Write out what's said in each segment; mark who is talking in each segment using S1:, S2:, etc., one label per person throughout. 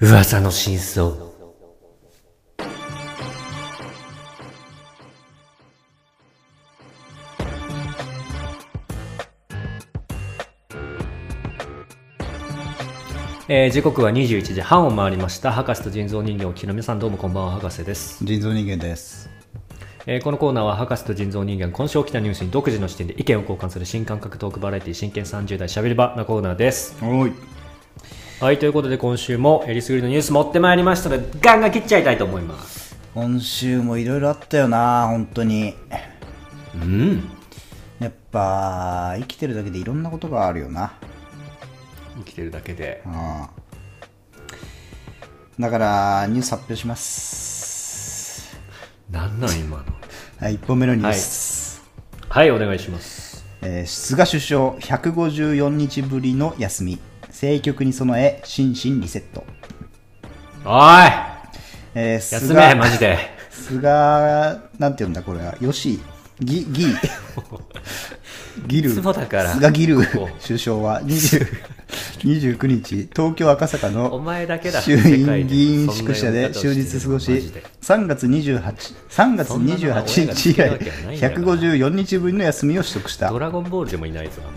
S1: 噂の真相。えー時刻は21時半を回りました博士と人造人形をお聞きの皆さんどうもこんばんは博士です、
S2: 人造人間です
S1: えーこのコーナーは博士と人造人間今週起きたニュースに独自の視点で意見を交換する新感覚トークバラエティ真剣30代しゃべり場のコーナーです
S2: おい
S1: はいということで今週もえりすぐりのニュース持ってまいりましたのでガンガン切っちゃいたいと思います
S2: 今週もいろいろあったよな本当に
S1: うん
S2: やっぱ生きてるだけでいろんなことがあるよな
S1: 生きてるだけで
S2: うんだからニュース発表します
S1: なんなん今の
S2: はい1本目のニュース、
S1: はいお願いします
S2: えー菅首相154日ぶりの休み政局に備え心身リセット、
S1: おい
S2: えー菅
S1: 休めマジ で
S2: 菅なんて言うんだこれはよしぎ ぎギル
S1: いつもだから
S2: 菅ギル
S1: ここ
S2: 首相は20 29日東京赤坂
S1: お
S2: の
S1: 前だけだ
S2: 衆院議員宿舎で終日過ごし
S1: マジで
S2: 3月28 3月28日以
S1: そんなの俺がつけるわけはないん
S2: 来
S1: だから
S2: 154日分の休みを取得した
S1: ドラゴンボールでもいないぞあんま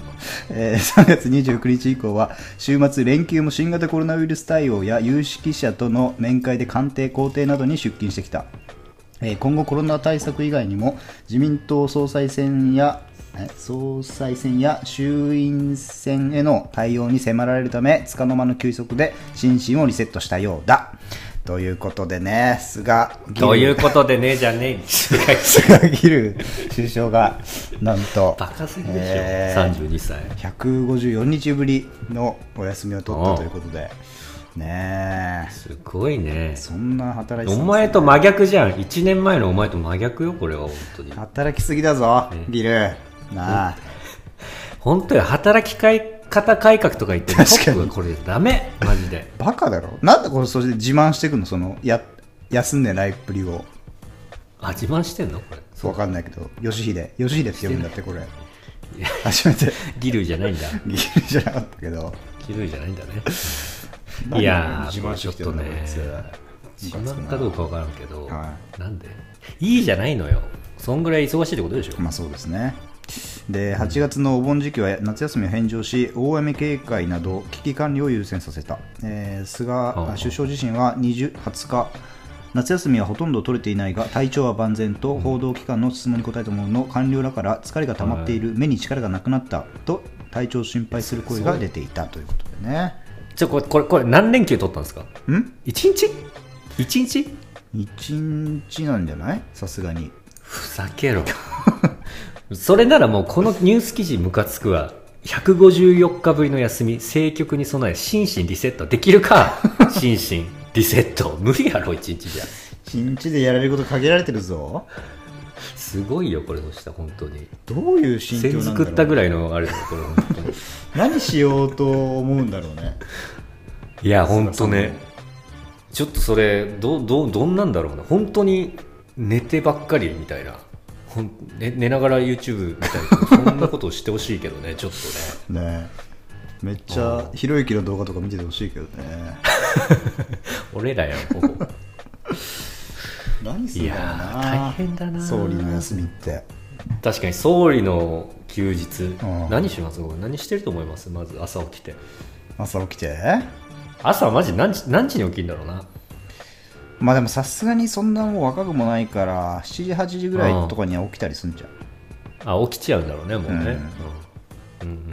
S2: えー3月29日以降は週末連休も新型コロナウイルス対応や有識者との面会で官邸公邸などに出勤してきた、えー今後コロナ対策以外にも自民党総裁選やえ総裁選や衆院選への対応に迫られるためつかの間の休息で心身をリセットしたようだということでね菅義
S1: という
S2: 偉
S1: ことでねじゃねえ
S2: 菅義偉首相がなんと
S1: バカすぎでしょ、
S2: えー
S1: 32歳
S2: 154日ぶりのお休みを取っ
S1: ああ
S2: たということで、ねえ、
S1: すごいね
S2: そんな働い
S1: お
S2: てた
S1: 前と真逆じゃん1年前のお前と真逆よこれは本当に
S2: 働きすぎだぞ、ビル。なあ、
S1: 本当に働き方改革とか言ってる
S2: 確かに
S1: トップがこれダメマジで
S2: バカだろ。なんでこれ、それで自慢してくの、その、や、休んでないっぷりを。
S1: あ自慢してんのこれ
S2: わかんないけど、吉秀。吉秀って呼ぶんだって、これ。初めて、
S1: ギルじゃないんだ
S2: ギリじゃなかったけど。
S1: ギルじゃないんだねいやー、
S2: 何
S1: も
S2: を
S1: うちょ
S2: 自慢
S1: っ
S2: してきて
S1: と
S2: んだこ
S1: ね
S2: いつ、
S1: 自慢かどうかわからんけど、
S2: は
S1: なんでいいじゃないのよ。そんぐらい忙しいってことでしょ。
S2: まあそうですね。で8月のお盆時期は夏休みを返上し大雨警戒など危機管理を優先させた、えー菅
S1: ああ
S2: 首相自身は 20, 20日夏休みはほとんど取れていないが体調は万全と報道機関の質問に答えたものの官僚らから疲れが溜まっている目に力がなくなったと体調を心配する声が出ていたということでね
S1: ちょ、これ、これ、これ何連休取ったんですか
S2: ん
S1: ?1 日 ?1 日
S2: 1日なんじゃないさすがに
S1: ふざけ ろ。それならもうこのニュース記事ムカつくわ。154日ぶりの休み、政局に備え、心身リセットできるか 心身リセット。無理やろ、1日じゃ。
S2: 1日でやられること限られてるぞ
S1: すごいよ、これの下、本当に。
S2: どういう心境
S1: 先
S2: なんだろう
S1: 作ったぐらいのあれだよ、これ、本当に。
S2: 何しようと思うんだろうね
S1: いや、本当ね、ちょっとそれ、どうどうどんなんだろうな、本当に寝てばっかりみたいな、ほん寝寝ながら YouTube みたいな、そんなことをしてほしいけどね、 ちょっとね、
S2: ねえめっちゃひろゆきの動画とか見ててほしいけどね
S1: 俺らやん、ほぼ。
S2: 何す
S1: い
S2: んだ
S1: や
S2: ろう
S1: ー、
S2: な
S1: 大変だな、
S2: 総理の休みって
S1: 確かに総理の休日
S2: う、ん
S1: 何します僕何してると思います、まず朝起きて。
S2: 朝起きて
S1: 朝、マジ何時何時に起きるんだろうな。
S2: まあでもさすがにそんなもう若くもないから7時8時ぐらいとかには起きたりすんじゃん、
S1: あ起きちゃうんだろうね、もうね。うんうんうん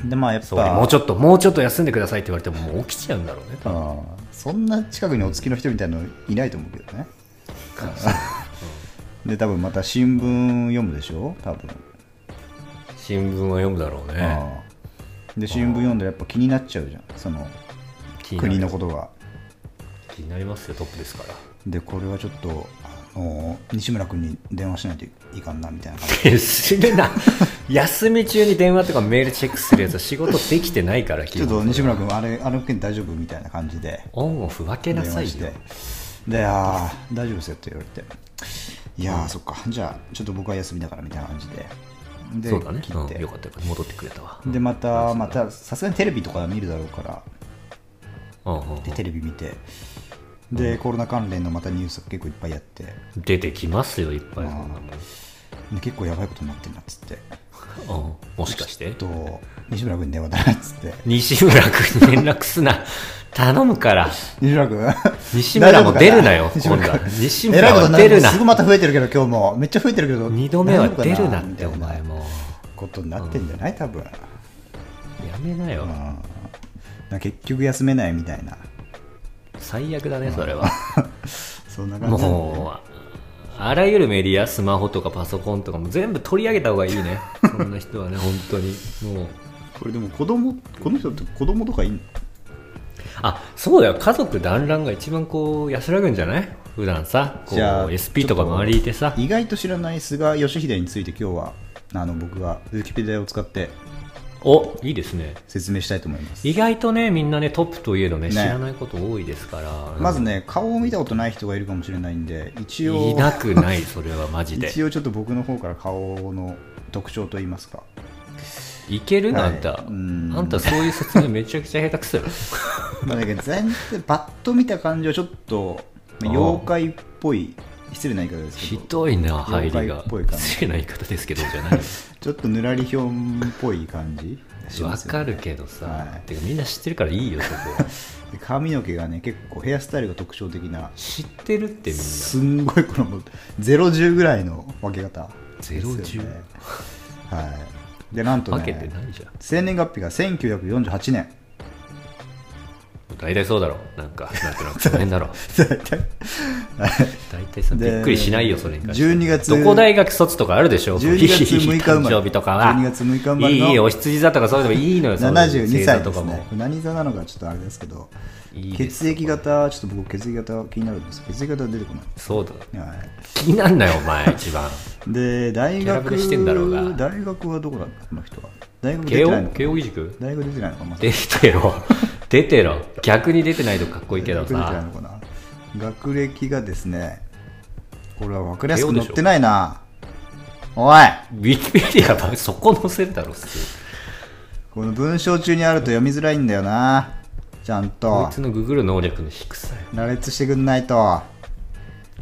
S2: でまあやっぱ
S1: 総理もうちょっと、もうちょっと休んでくださいって言われても、もう起きちゃうんだろうね、多分
S2: うんそんな近くにお付きの人みたいなのいないと思うけどね で多分また新聞読むでしょ多分、
S1: 新聞は読むだろうね
S2: うんで新聞読んだらやっぱ気になっちゃうじゃんその
S1: 気になる
S2: 国のことが
S1: 気になりますよトップですから
S2: でこれはちょっとあの西村君に電話しないといかんなみたいな感じ
S1: 死ぬな 休み中に電話とかメールチェックするやつは仕事できてないからち
S2: ちょっと西村君あれあの件大丈夫みたいな感じで
S1: オンオフ分け
S2: 電
S1: なさ
S2: 話し
S1: いよ
S2: てで「あー大丈夫ですよ」って言われて「いやーそっかじゃあちょっと僕は休みだから」みたいな感じでで
S1: そうだね、
S2: 切
S1: うん
S2: って、
S1: よかったよかった戻ってくれたわ
S2: でまたまたさすがにテレビとかは見るだろうから
S1: うんうんうん
S2: でテレビ見てでコロナ関連のまたニュース結構いっぱいやってで
S1: 出てきますよいっぱいそんなもん
S2: 結構やばいことになってるなっつって
S1: うんもしかして
S2: ちょっと西村君に電話だなっつって
S1: 西村君に連絡すな頼むから
S2: 西村君
S1: 西村も出るなよ
S2: 大丈夫か
S1: 今度は西村
S2: えらいこと
S1: は
S2: になる
S1: 出るな
S2: すぐまた増えてるけど今日もめっちゃ増えてるけど
S1: 二度目は出るな
S2: 大丈夫か
S1: っ
S2: みた
S1: て
S2: い
S1: お前も
S2: ことになってんじゃない多分、うん、だか
S1: やめなよ
S2: ら結局休めないみたいな
S1: 最悪だねそれは
S2: そんな感じなんだね
S1: もうあらゆるメディアスマホとかパソコンとかも全部取り上げた方がいい ねそんな人はね本当にもう
S2: これでも子供この人って子供とかいん
S1: あそうだよ家族団らんが一番こう安らぐんじゃない普段さこう
S2: じゃあ
S1: SP
S2: ちょ
S1: と
S2: っ
S1: か
S2: と
S1: 周りいてさ
S2: 意外と知らない菅義偉について今日はあの僕がウィキペディアを使って
S1: おいいですね
S2: 説明したいと思います
S1: 意外とねみんなねトップといえどね
S2: ね
S1: 知らないこと多いですから
S2: まずね顔を見たことない人がいるかもしれないんで一応
S1: いなくないそれはマジで
S2: 一応ちょっと僕の方から顔の特徴といいますか
S1: いけるの
S2: は
S1: あ
S2: い
S1: んたあ
S2: うん
S1: んたそういう説明めちゃくちゃ下手く そよ
S2: まあだけど全然パッと見た感じはちょっとまあ
S1: あー
S2: 妖怪っぽい失礼な言い方ですけ
S1: ひ
S2: ど
S1: どいな入り
S2: 妖怪
S1: が
S2: っぽい感じ
S1: 失礼な言い方ですけどじゃない
S2: ちょっとぬらりひょんっぽい感じしま
S1: わ
S2: すよね
S1: かるけどさ、
S2: はい
S1: てかみんな知ってるからいいよそこ は
S2: で髪の毛がね結構ヘアスタイルが特徴的な
S1: 知ってるってみんな
S2: すんごいこのもう010ぐらいの分け方
S1: ゼロ
S2: です
S1: 十
S2: よねはいでなんと
S1: 分けて
S2: ね
S1: ないじゃん
S2: 生年月日が1948年
S1: 大体そうだろなんかなんとなくその辺 だろ大体さび
S2: で
S1: っくりしないよそれに関して
S2: 12月
S1: どこ大学卒とかあるでしょ
S2: 12月6日生まれ
S1: 誕生日とかは
S2: 12月6日生まれの
S1: いいいいお羊座とかそういうのもいいのよそういう
S2: 72
S1: 星
S2: 歳
S1: 座
S2: で
S1: と
S2: す
S1: かも、
S2: ねこれ何座なのかちょっとあれですけど
S1: いいです
S2: 血液型ちょっと僕血液型気になるんです血液型は出てこない
S1: そうだ
S2: はい
S1: 気になんなよお前一番
S2: で大
S1: キャラ
S2: 学
S1: ぶれしてんだろうが
S2: 大学はどこだったこの人は大 学出
S1: 慶
S2: てない
S1: 応
S2: のか
S1: 慶応義塾
S2: 大学出てないのかまさか
S1: 出てろ出てろ逆に出てないとかっこいいけど
S2: 学歴じゃない
S1: さ
S2: のかな学歴がですねこれは分かりやす
S1: 慶
S2: く
S1: 応
S2: 載
S1: でしょ
S2: ってないなお
S1: ウ
S2: い
S1: ィキペディアはそこ載せるだろ普通
S2: この文章中にあると読みづらいんだよなちゃん
S1: こといつのググる能力の低さよ
S2: 羅列してくんないと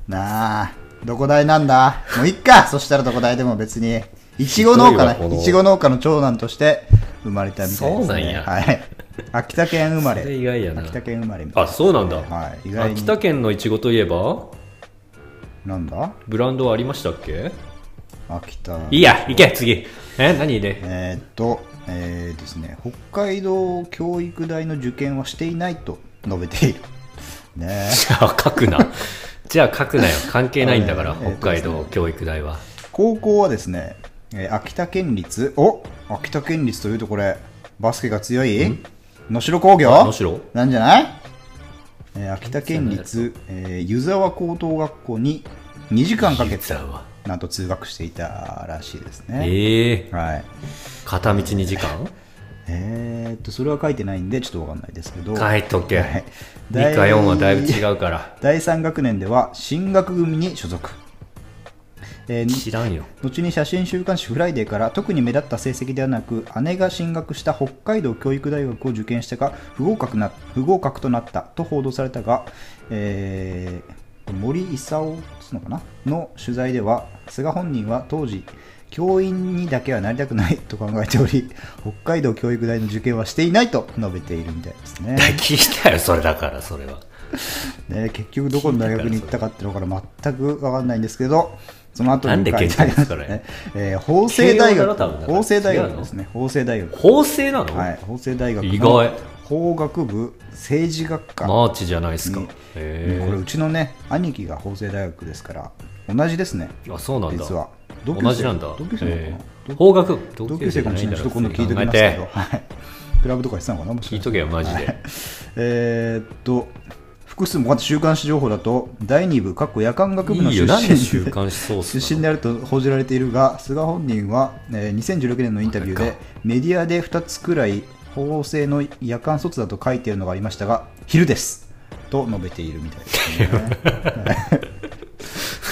S2: なあどこ大なんだもういっか そしたらどこ大でも別にいちご農家
S1: ひどいわこ
S2: ね
S1: の
S2: いちご農家の長男として生まれたみたいですね
S1: そうなんや
S2: はい秋田県生まれ
S1: それ意外やな
S2: 秋田県生まれみたい
S1: あ
S2: な
S1: そうなんだ、
S2: はい意外に
S1: 秋田県のいちごといえば
S2: なんだ
S1: ブランドはありましたっけ
S2: 秋田
S1: いいや行け次え何で
S2: えーっと、えーですね、北海道教育大の受験はしていないと述べている。ねえ
S1: じゃあ書く なじゃあ書くなよ関係ないんだから
S2: えーえー
S1: 北海道教育大は
S2: 高校はですね、えー秋田県立、お秋田県立というとこれ、バスケが強い能代工業
S1: 能代
S2: なんじゃない、えー秋田県立、えー湯沢高等学校に2時間かけ
S1: 湯
S2: て
S1: 沢、
S2: なんと通学していたらしいですね。
S1: ええ
S2: はい。
S1: 片道2時間
S2: えーっと、それは書いてないんで、ちょっとわかんないですけど。
S1: 書いとけ、
S2: はい
S1: 2か4はだいぶ違うから
S2: 第3学年では進学組に所属、えー
S1: 知らんよ
S2: 後に写真週刊誌「フライデー」から特に目立った成績ではなく姉が進学した北海道教育大学を受験したが不合格な不合格となったと報道されたが、えー森功つうのかなの取材では菅本人は当時教員にだけはなりたくないと考えており北海道教育大の受験はしていないと述べているみたいですね。
S1: 聞いたよそれだからそれは
S2: ね、結局どこの大学に行ったかっていうのから全く分かんないんですけど、その後に
S1: なんで
S2: 書いてあります
S1: 検索
S2: ね。えー法政大
S1: 慶応だろ
S2: 学
S1: 多分だか、ら
S2: 法政大
S1: 違う
S2: 学
S1: の
S2: ですね、法政大学。
S1: 法政なの、
S2: はい、法政大学
S1: 意外
S2: の法学部政治学科
S1: マーチじゃないですか
S2: に、
S1: へ
S2: これうちのね、兄貴が法政大学ですから、同じですね、
S1: えあそうなんだ
S2: 実は。同級生
S1: 同じなんだ
S2: 同級生なのかな
S1: ええ
S2: 同
S1: 法学同
S2: 同級生かもしれない。ちょっと今度聞いておきます
S1: 考え
S2: け
S1: て
S2: ど。はい。クラブとかしてたのかなもしかした
S1: 聞
S2: ら
S1: いとけよマジで、
S2: はい えーっと、複数もまた週刊誌情報だと、第2部、かっこ夜間学部の
S1: いい
S2: 出
S1: よ
S2: 身
S1: なんで週刊誌ソースなの
S2: 出身であると報じられているが、菅本人は、えー2016年のインタビュー
S1: バ
S2: で
S1: カ、
S2: メディアで2つくらい法制の夜間卒だと書いているのがありましたが、昼ですと述べているみたいで すね。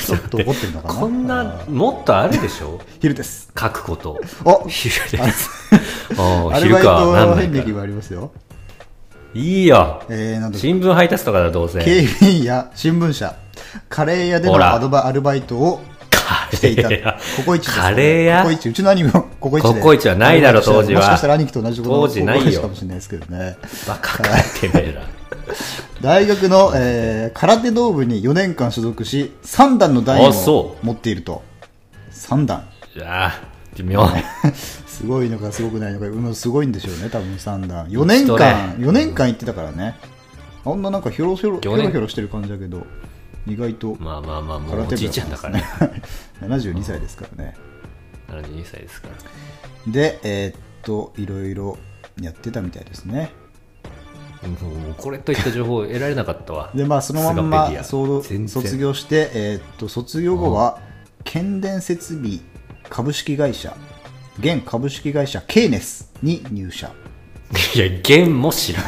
S2: ちょっと怒ってるのかな。
S1: こん
S2: あ
S1: なもっとあるでしょ
S2: ー昼です。
S1: 書くこと
S2: お
S1: 昼ですあ
S2: ア
S1: あ
S2: ル
S1: 昼
S2: バイ
S1: か
S2: ト
S1: 何
S2: 遍
S1: 年
S2: 歴
S1: か
S2: もありますよ。
S1: いいよ
S2: えー、なんだ
S1: 新聞配達とかだどうせ
S2: 警備員や新聞社、カレー屋で
S1: ほ
S2: の
S1: ら
S2: アドバアルバイトをしていた。
S1: カ
S2: コ
S1: レー屋
S2: コイチです
S1: カレー屋
S2: ココイチ。うちの兄もココイチで。
S1: ココイチはないだろ当時は
S2: もしかしたら兄貴と同じこ
S1: 当
S2: と
S1: 時ないよ
S2: ココイチかもしれないですけどね。
S1: バカかてめ えら
S2: 大学の、えー空手道部に4年間所属し、3段の段位
S1: あそ
S2: を持っていると。3段。
S1: いやー微妙
S2: すごいのかすごくないのか、うんすごいんでしょうね、多分三段。4年
S1: 人
S2: 間
S1: ね、
S2: 四年間行ってたからね。あんななんかひょろひょろ、ひ
S1: 四
S2: ょ
S1: 年
S2: ろひょろしてる感じだけど、意外と
S1: まあまあまあも
S2: 空
S1: うお
S2: 手
S1: じい
S2: 部
S1: ちゃんだからね
S2: なんですね。72歳ですからね。
S1: 72歳ですから
S2: で、えーっと、いろいろやってたみたいですね。
S1: もうこれといった情報得られなかったわ
S2: で、まあ、そのま
S1: ス
S2: ん
S1: ガペディ
S2: ま
S1: ア
S2: そう
S1: 全然
S2: 卒業して、えーっと、卒業後は、検電設備株式会社、現株式会社ケーネスに入社。
S1: いや弦も知らん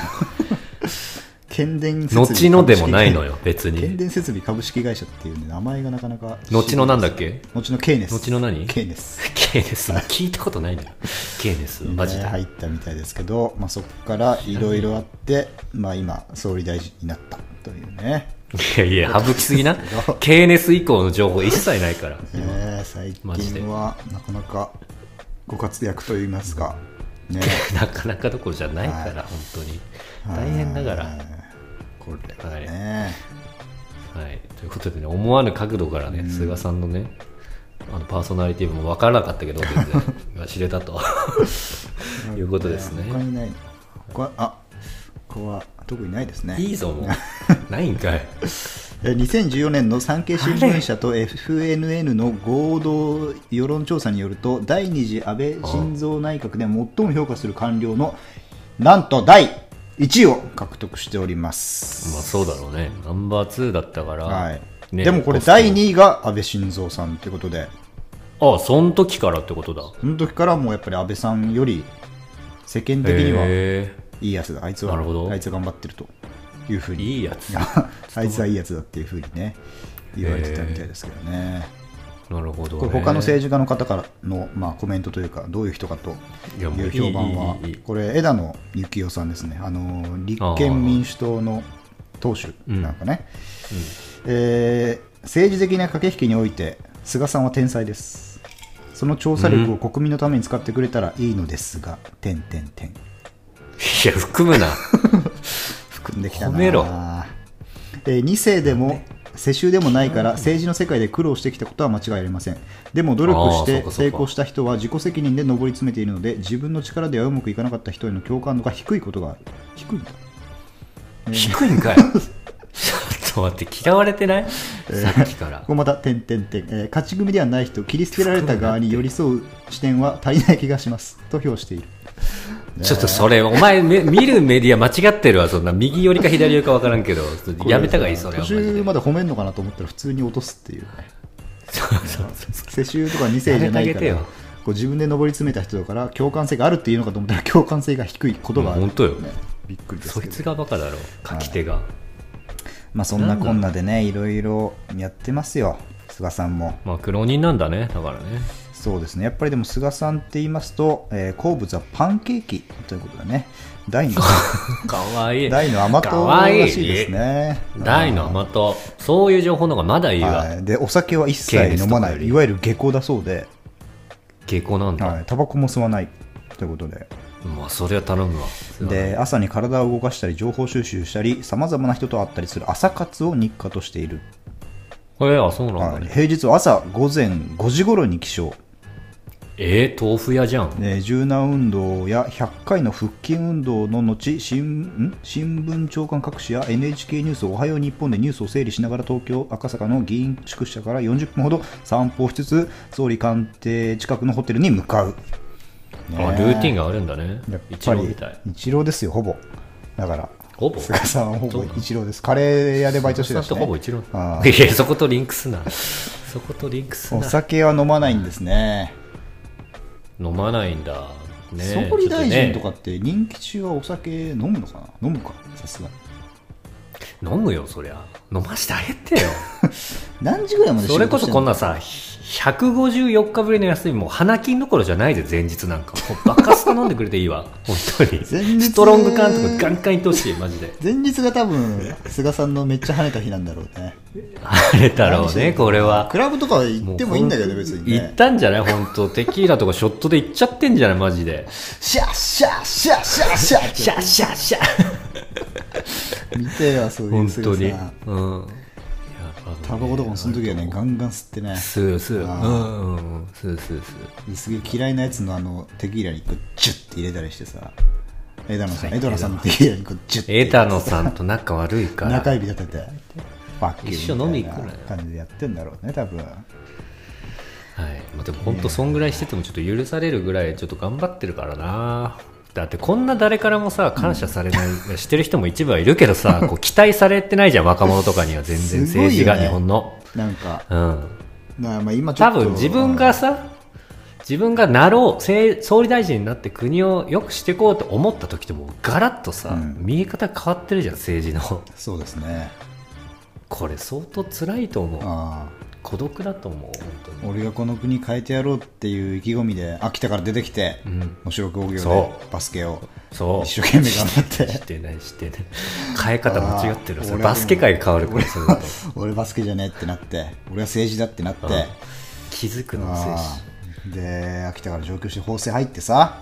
S2: 検電設備
S1: 後のでもないの
S2: よ
S1: よ別
S2: 検
S1: に
S2: 電設備株式会社っていうね名前がなかなか
S1: 後のなんだ
S2: っ
S1: っけ
S2: け後のケーネス
S1: 後の何
S2: ケーネス
S1: ケーネス聞いたことないんだよケーネスマジ
S2: ね
S1: で
S2: 入ったみたいですけど、まあ、そこからいろいろあって、まあ、今総理大臣になったというね、
S1: いやいや省きすぎなケーネス以降の情報一切ないから
S2: ね最
S1: マジで
S2: 近はなかなかご活躍といいますか、ね、
S1: なかなかどころじゃないから本当に大変だから
S2: はいこれはね、
S1: はい、ということでね、思わぬ角度からね、菅さんのね、あのパーソナリティも分からなかったけど、全 然が知れたということですね。
S2: 他にない他あここは特にないですね
S1: いいぞ、 もう。ないんかい。
S2: えー2014年の産経新聞社と FNN の合同世論調査によると第2次安倍晋三内閣で最も評価する官僚のなんと第1位を獲得しております、
S1: まあそうだろうね。ナンバー2だったから。
S2: はい
S1: ね
S2: でもこれ
S1: ポスト
S2: 第2位が安倍晋三さんということで
S1: ああ、その時からってことだ。
S2: その時からもうやっぱり安倍さんより世間的には
S1: へ
S2: いいやつだあいつは
S1: なるほど
S2: あいつは頑張ってるというふう
S1: え
S2: に
S1: いいやつ。
S2: あいつはいいやつだっていうふうにね言われてたみたいですけどね、
S1: なるほど、ね。
S2: これ他の政治家の方からの、まあ、コメントというかどういう人かと
S1: い
S2: い
S1: やもう
S2: う評判はい
S1: いいいいいい
S2: これ枝野幸男さんですねあの立憲民主党の党首なんかね、えー政治的な駆け引きにおいて菅さんは天才ですその調査力を国民のために使ってくれたらいいのですが、点点点
S1: いや、含むな。
S2: 含んできたな
S1: 褒めろ
S2: え2世でも世襲でもないから政治の世界で苦労してきたことは間違いありませんでも努力し
S1: あーそう
S2: て
S1: かそうか
S2: 成功した人は自己責任で上り詰めているので自分の力ではうまくいかなかった人への共感度が低いことがある低いんだ
S1: 低いんかい。ちょ っと待って、嫌われてないさっきから
S2: こ。こまた点点点、えー勝ち組ではない人切り捨てられた側に寄り添う視点は足りない気がしますと評している
S1: ちょっとそれ、お前、め見るメディア間違ってるわ、そんな。右寄りか左寄りか分からんけど、やめた方がいい、それは。
S2: 途
S1: マジで
S2: 中まで褒めんのかなと思ったら普通に落とすっていうね
S1: そうそうそう
S2: 世襲とか2世じゃない
S1: やめてあげ
S2: か
S1: て
S2: ら
S1: よ
S2: こう自分で上り詰めた人だから共感性があるっていうのかと思ったら共感性が低いことがある、
S1: うん本当よ
S2: びっくりです
S1: そ
S2: け
S1: い
S2: ど
S1: つがバカだろ、書き手が。
S2: まあそんなこんなでねいろいろやってますよ菅さんも
S1: まあ、苦労人なんだね、だからね。
S2: そうですねやっぱりでも菅さんって言いますと、えー好物はパンケーキということだね大 の
S1: かわいい。
S2: 大の甘
S1: か
S2: 党
S1: わ
S2: ら
S1: い
S2: しいです。ね
S1: 大の甘党。そういう情報の方がまだいいわ。
S2: はい、でお酒は一
S1: ケーネ
S2: 切
S1: ス
S2: 飲
S1: とか
S2: ま
S1: より
S2: ないいわゆる下校だそうで、
S1: 下校なんだ。
S2: はい、タバコも吸わないということで
S1: まあ、それは頼むわ。
S2: で朝に体を動かしたり情報収集したりさまざまな人と会ったりする朝活を日課としている、
S1: えー、あ、そうなんだ
S2: はい
S1: ね。
S2: 平日は朝午前5時頃に起床、
S1: えー、豆腐屋じゃん。
S2: えー柔軟運動や100回の腹筋運動の後新ん新聞長官各紙や NHK ニュース「おはよう日本」でニュースを整理しながら東京赤坂の議員宿舎から40分ほど散歩をしつつ総理官邸近くのホテルに向かう、
S1: あ
S2: ねえ
S1: ルーティンがあるんだね
S2: やっ。
S1: 一
S2: ぱ
S1: 郎
S2: り
S1: みたい。
S2: 一郎ですよほぼだから
S1: ほぼ。
S2: 菅さんはほ
S1: そう
S2: ぼ
S1: なの
S2: 一郎です。カレー屋でバイトして
S1: 菅
S2: た
S1: さんと
S2: し、ね、
S1: ほぼ一郎。
S2: あ
S1: いや、そことリンクすな。そことリンクす
S2: お
S1: な。
S2: 酒は飲まないんですね。
S1: 飲まないんだ、ね、
S2: 総理大臣と
S1: ちょっ
S2: かって任期中はお酒飲むのかな飲むか、さすがに。
S1: とね飲むよそりゃ飲ましてあげて よ
S2: 何時ぐらいまで仕
S1: それこ
S2: 事し
S1: そ
S2: て
S1: こん
S2: んの
S1: なさ154日ぶりの休みもう花金どころじゃないで前日なんかもうバカスカ飲んでくれていい わ本当に
S2: 前日
S1: ストロング缶とかガンガンいってほしいマジで
S2: 前日が多分菅さんのめっちゃ跳ねた日なんだろうね
S1: あれだろうねこれは
S2: クラブとか行ってもいいんだけど別に
S1: 行っ
S2: ね
S1: たんじゃない本 当テキーラとかショットで行っちゃってんじゃないマジで
S2: シャッシャッシャッシャッシャッって
S1: シャッシャッシャッ
S2: 見てよそういう
S1: 本
S2: す
S1: 当
S2: ぐ
S1: に
S2: さ
S1: うん
S2: タバコとかもその時はねガンガン吸ってね
S1: スースー
S2: あ
S1: うんうんうんスースース
S2: すげえ嫌いなやつのあのテキーラにこうジュッて入れたりしてさエダノさんエダノさんのテキーラにこうジュッて入
S1: ー
S2: れて
S1: 枝野さんと仲悪いから
S2: 中指立ててファッキュ
S1: 一緒
S2: ー
S1: 飲み
S2: み
S1: 行
S2: た
S1: く
S2: い
S1: な
S2: な
S1: よ
S2: 感じでやってんだろうね多分
S1: はいまあ、でも本当そんぐらいしててもちょっと許されるぐらいちょっと頑張ってるからなだってこんな誰からもさ感謝されない、 いやしてる人も一部はいるけどさこう期待されてないじゃん若者とかには全然
S2: すごい
S1: 政治
S2: よね
S1: が日本の、
S2: なんか
S1: うん、
S2: なまあ今ちょ
S1: 多
S2: っと
S1: 分自分がさ自分がなろうせい総理大臣になって国を良くしていこうと思った時ともうガラッとさ、
S2: うん
S1: 見え方変わってるじゃん政治の
S2: そうですね
S1: これ相当辛いと思う
S2: ああ
S1: 孤独だと思う本当に
S2: 俺がこの国変えてやろうっていう意気込みで秋田から出てきて、
S1: うん
S2: 能代工業で
S1: そ
S2: バスケを
S1: そう
S2: 一生懸命頑張って
S1: してないしてない変え方間違ってる
S2: あー
S1: それ
S2: 俺
S1: バスケ界が変わるからそれだと
S2: 俺バスケじゃねえってなって俺は政治だってなって
S1: うん気づくのもせいし
S2: ああで秋田から上京して法制入ってさ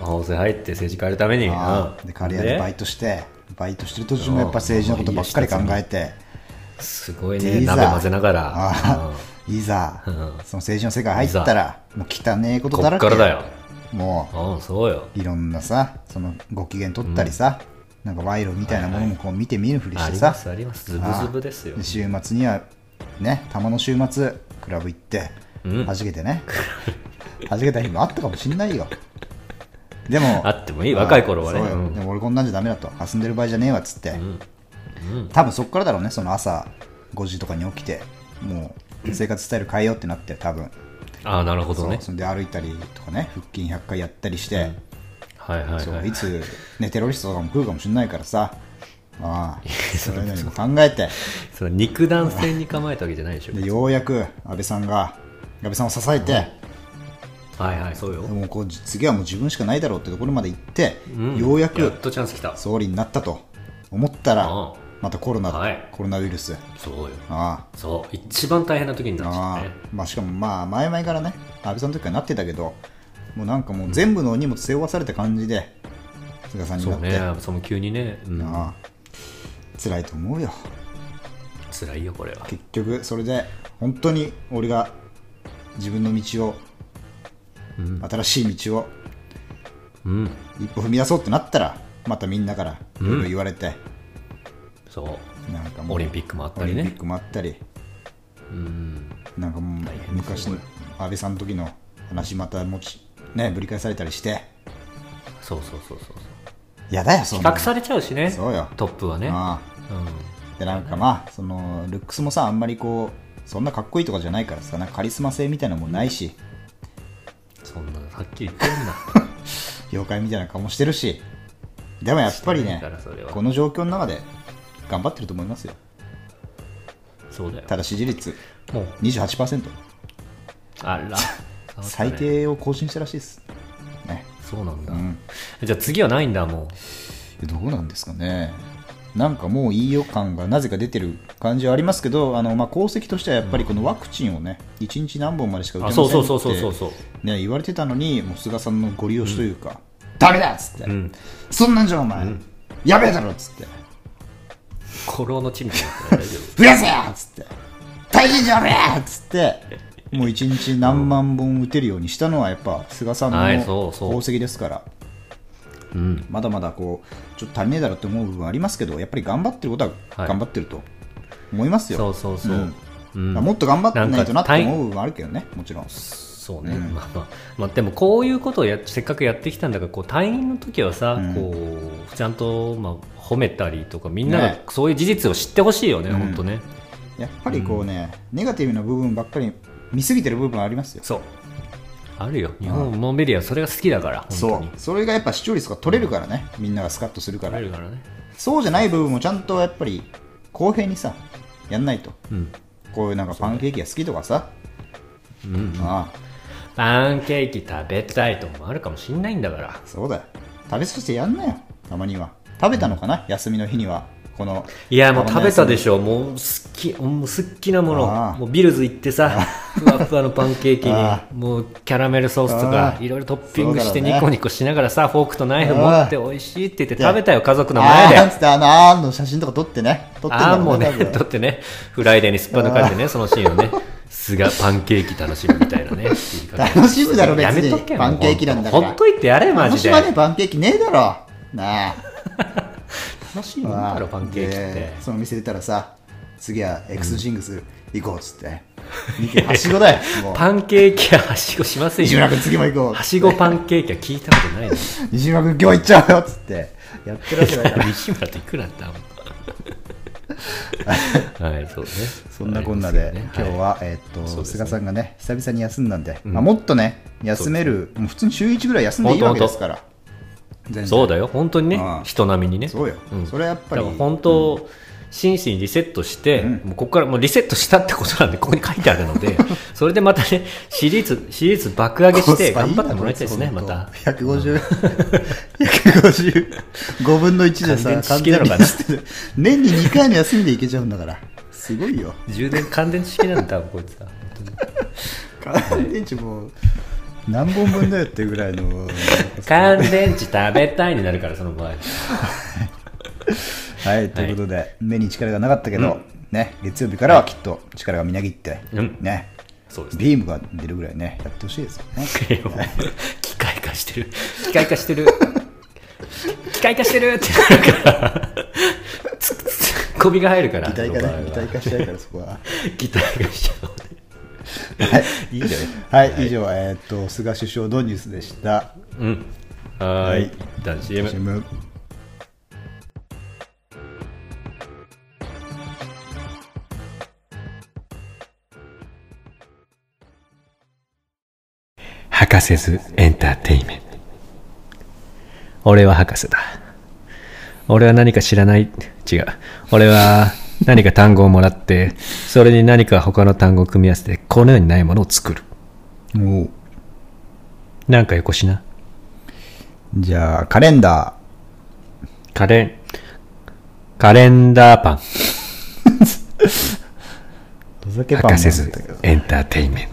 S1: 法制入って政治変えるために
S2: あ
S1: う
S2: あ
S1: ん
S2: でカレー屋でバイトしてバイトしてる途中もやっぱ政治のことばっかり考えて
S1: ですごい
S2: で
S1: ね
S2: いざ
S1: 鍋混ぜながら
S2: ああ
S1: う
S2: いざそ
S1: うん
S2: の政治の世界入ったらもう汚ねえこ
S1: ん
S2: と
S1: こ
S2: だ
S1: っ
S2: らけ
S1: からだよ
S2: もう
S1: うんそうよ
S2: いろんなさそのご機嫌取ったりさ、なんか賄賂みたいなものもこう見て見ぬふりし
S1: あ
S2: て
S1: り
S2: さ、
S1: ますありますズブズブですよ
S2: で週末にはねたまの週末クラブ行って
S1: うん
S2: はじけてねはじけた日もあったかもしんないよでも
S1: あってもいい若い頃はね
S2: あそうよ
S1: うん
S2: でも俺こんなんじゃダメだと遊んでる場合じゃねえわっつって、
S1: うん
S2: 多分そっからだろうねその朝5時とかに起きてもう生活スタイル変えようってなって多分
S1: ああなるほど
S2: そう
S1: ね
S2: そんで歩いたりとかね腹筋100回やったりして、
S1: はいはい
S2: そ
S1: は
S2: う
S1: い
S2: いつ、ね、テロリストとかも来るかもしれないからさ、 ああ、そういうのにも考えて、
S1: その肉弾戦に構えたわけじゃないでしょ
S2: でようやく安倍さんが、安倍さんを支えて、
S1: はいはいそうよ
S2: もうこう次はもう自分しかないだろうってところまで行って、
S1: ん
S2: ようや
S1: や
S2: く
S1: っとチャンス来た
S2: 総理になったと思ったら
S1: うん、
S2: またコロナ、
S1: はい
S2: コロナウイルス、
S1: そうよ
S2: あ
S1: そう一番大変な時に
S2: あ、
S1: なっちゃ
S2: あ
S1: っ
S2: あ
S1: たね
S2: まあ、しかもまあ前々からね、安倍さんの時からなってたけど、もうなんかもう全部の荷物背負わされた感じで、菅さんに
S1: そ
S2: な
S1: う
S2: って、
S1: ね、その急にね、うん、
S2: ああ辛いと思うよ。
S1: 辛いよ、これは。
S2: 結局それで本当に俺が自分の道を、
S1: うん
S2: 新しい道を
S1: うん、
S2: 一歩踏み出そうってなったらまたみんなからいろいろ言われて、
S1: そう、
S2: なんかもう
S1: オリンピックもあった
S2: オリ
S1: り
S2: ンピッ
S1: ね、
S2: クもあったり
S1: うん、
S2: なんかも
S1: 大変
S2: う昔の安倍さんの時の話また持ちねぶり返されたりして
S1: そうそうそうそう、
S2: やだよそん
S1: 比
S2: な
S1: 較
S2: の
S1: されちゃうしね、
S2: そうよ
S1: トップはね、
S2: ああでなんかまあそのルックスもさあんまりこうそんなかっこいいとかじゃないからさなんかカリスマ性みたいなのもないし
S1: うん、そんな、はっきり言ってんな、
S2: 妖怪みたいな顔もしてるしで もやっぱり
S1: して
S2: ね
S1: ないからそれは
S2: この状況の中で頑張ってると思いますよ
S1: そうだよ、
S2: ただ支持率
S1: もう、
S2: 28%
S1: あら、
S2: 最低を更新したらしいですね
S1: そうなんだ、
S2: うん
S1: じゃあ次はないんだ、も
S2: えどうなんですかねなんかもういい予感がなぜか出てる感じはありますけどあの、まあ、功績としてはやっぱりこのワクチンをね1日何本までしか
S1: う、
S2: 打て
S1: あ
S2: ま
S1: そう
S2: せ
S1: そ
S2: ん
S1: うそうそうそう
S2: っ
S1: そう、
S2: て、ね、言われてたのにもう菅さんのご利用しというか、誰だっつって、
S1: うん、
S2: そんなんじゃお前、やべえだろっつって
S1: 古老の地みたいなから大丈
S2: 増やせよっつって大変じゃねえっつってもう一日何万本打てるようにしたのはやっぱ菅さんの
S1: はいそうそう
S2: 功績ですから
S1: 夫、うん、
S2: まだまだこうちょっと足りねえだろって思う部分ありますけどやっぱり頑張ってることは
S1: はい
S2: 頑張ってると思いますよ、
S1: そうそうそう、
S2: うん
S1: うん
S2: もっと頑張ってないとなって
S1: なんか
S2: 思う部分はあるけどねもちろん
S1: そうね、まあまあ、まあ、でもこういうことをやせっかくやってきたんだからこう退院の時はさ、
S2: うん
S1: こうちゃんと、まあ、褒めたりとかみんなが
S2: ね
S1: そういう事実を知ってほしいよね、
S2: うん
S1: 本当ね
S2: やっぱりこうね、ネガティブな部分ばっかり見すぎてる部分はありますよ
S1: そうあるよ日本のメディアはそれが好きだから本当
S2: そ
S1: に
S2: うそれがやっぱ視聴率が取れるからねみんながスカッとするか
S1: あ
S2: ら
S1: るからね
S2: そうじゃない部分もちゃんとやっぱり公平にさやんないと
S1: うん
S2: こういうなんかパンケーキが好きとかさ、
S1: うん
S2: あ
S1: パンケーキ食べたいともあるかもしんないんだから
S2: あそうだよ食べさせてやんなよたまには食べたのかな、休みの日にはこの
S1: いやもう食べたで
S2: ょ
S1: しょもう好きもう好きなも
S2: あ
S1: の
S2: ー
S1: もうビルズ行って さふわふわのパンケーキ
S2: あ
S1: にもうキャラメルソースとか
S2: あー
S1: いろいろトッピングして
S2: そうだろうね
S1: ニコニコしながらさフォークとナイフ持って美味しいって言って食べたよ家族の前
S2: あ
S1: で
S2: あーっつってあのあーの写真とか撮ってね撮ってんだ
S1: ああ
S2: ろ
S1: もうね
S2: 多分
S1: 撮ってねフライデーにすっぱ抜かれてねそのシーンをねすがパンケーキ楽しむみたいなね言い方
S2: 楽しむだろ別
S1: や
S2: に
S1: めとけよ
S2: パンケーキなんだから
S1: もうほっといてやれマジで
S2: 今年はねパンケーキねえだろなあ
S1: 楽しいもんだろパンケーキっ
S2: で
S1: て
S2: その店出たらさ次はエクスシングス行こうっつって、うん、はし ごだよもう
S1: パンケーキはは しごしません
S2: 西
S1: よ
S2: 村君次も行こう
S1: はしごパンケーキは聞いたことないの
S2: 西村君今日行っちゃうよっつってやってるわ けだから
S1: 西村といくらだったのはいそうね
S2: そんなこんなで、
S1: あり
S2: 今
S1: ます
S2: 日
S1: よね
S2: は、えーっと、
S1: そうですね
S2: 菅さんがね久々に休んだんで、
S1: うん
S2: まあ、もっとね休める、もう普通に週1ぐらい休んでいいわけですから全
S1: い
S2: 然
S1: そうだよ本当にね
S2: ああ
S1: 人並みにね
S2: そうよ、
S1: ん
S2: それはやっぱ
S1: だ
S2: り
S1: から本当、真摯にリセットして、
S2: うん
S1: もうここからもうリセットしたってことなんで、ここに書いてあるの で、それでまたね、シリーズ、シリーズ爆上げして、頑張ってもらいたいですね、また。
S2: 150、155分の1でさ、
S1: 乾電池式なのかな
S2: 完全に年に2回の休みでいけちゃうんだから、すごいよ。
S1: 充電乾電池式なんだ、多分こいつは。本当に
S2: 乾電池もう何本分だよってぐらいの。
S1: 乾電池食べたいになるから、その場合。
S2: はい、ということで、目に力がなかったけど、ね、月曜日からはきっと力がみなぎって、
S1: うん
S2: ね、
S1: そうですね。
S2: ビームが出るぐらいね、やってほしいですよ ね。
S1: 機械化してる。機械化してる。機械化してるってなるから、ツッツッコミが入るから、
S2: 擬態化
S1: その場合
S2: ね、
S1: は
S2: 擬態化したいからそこ は。
S1: 擬態化しちゃうので。
S2: はい、
S1: いいんじゃない
S2: はい、以上、えーっと、菅首相のニュースでした。
S1: うん。はー
S2: はい
S1: い。一旦 CM。
S2: CM
S1: 博士ズエンターテイメント俺は博士だ俺は何か知らない違う俺は何か単語をもらってそれに何か他の単語を組み合わせてこのようにないものを作る
S2: もう
S1: なんかよこしな
S2: じゃあ、カレンダ
S1: カレンカレンダーパン
S2: ー。ふざけパン
S1: 博士
S2: なんだ
S1: ズ
S2: けど
S1: エンターテイメン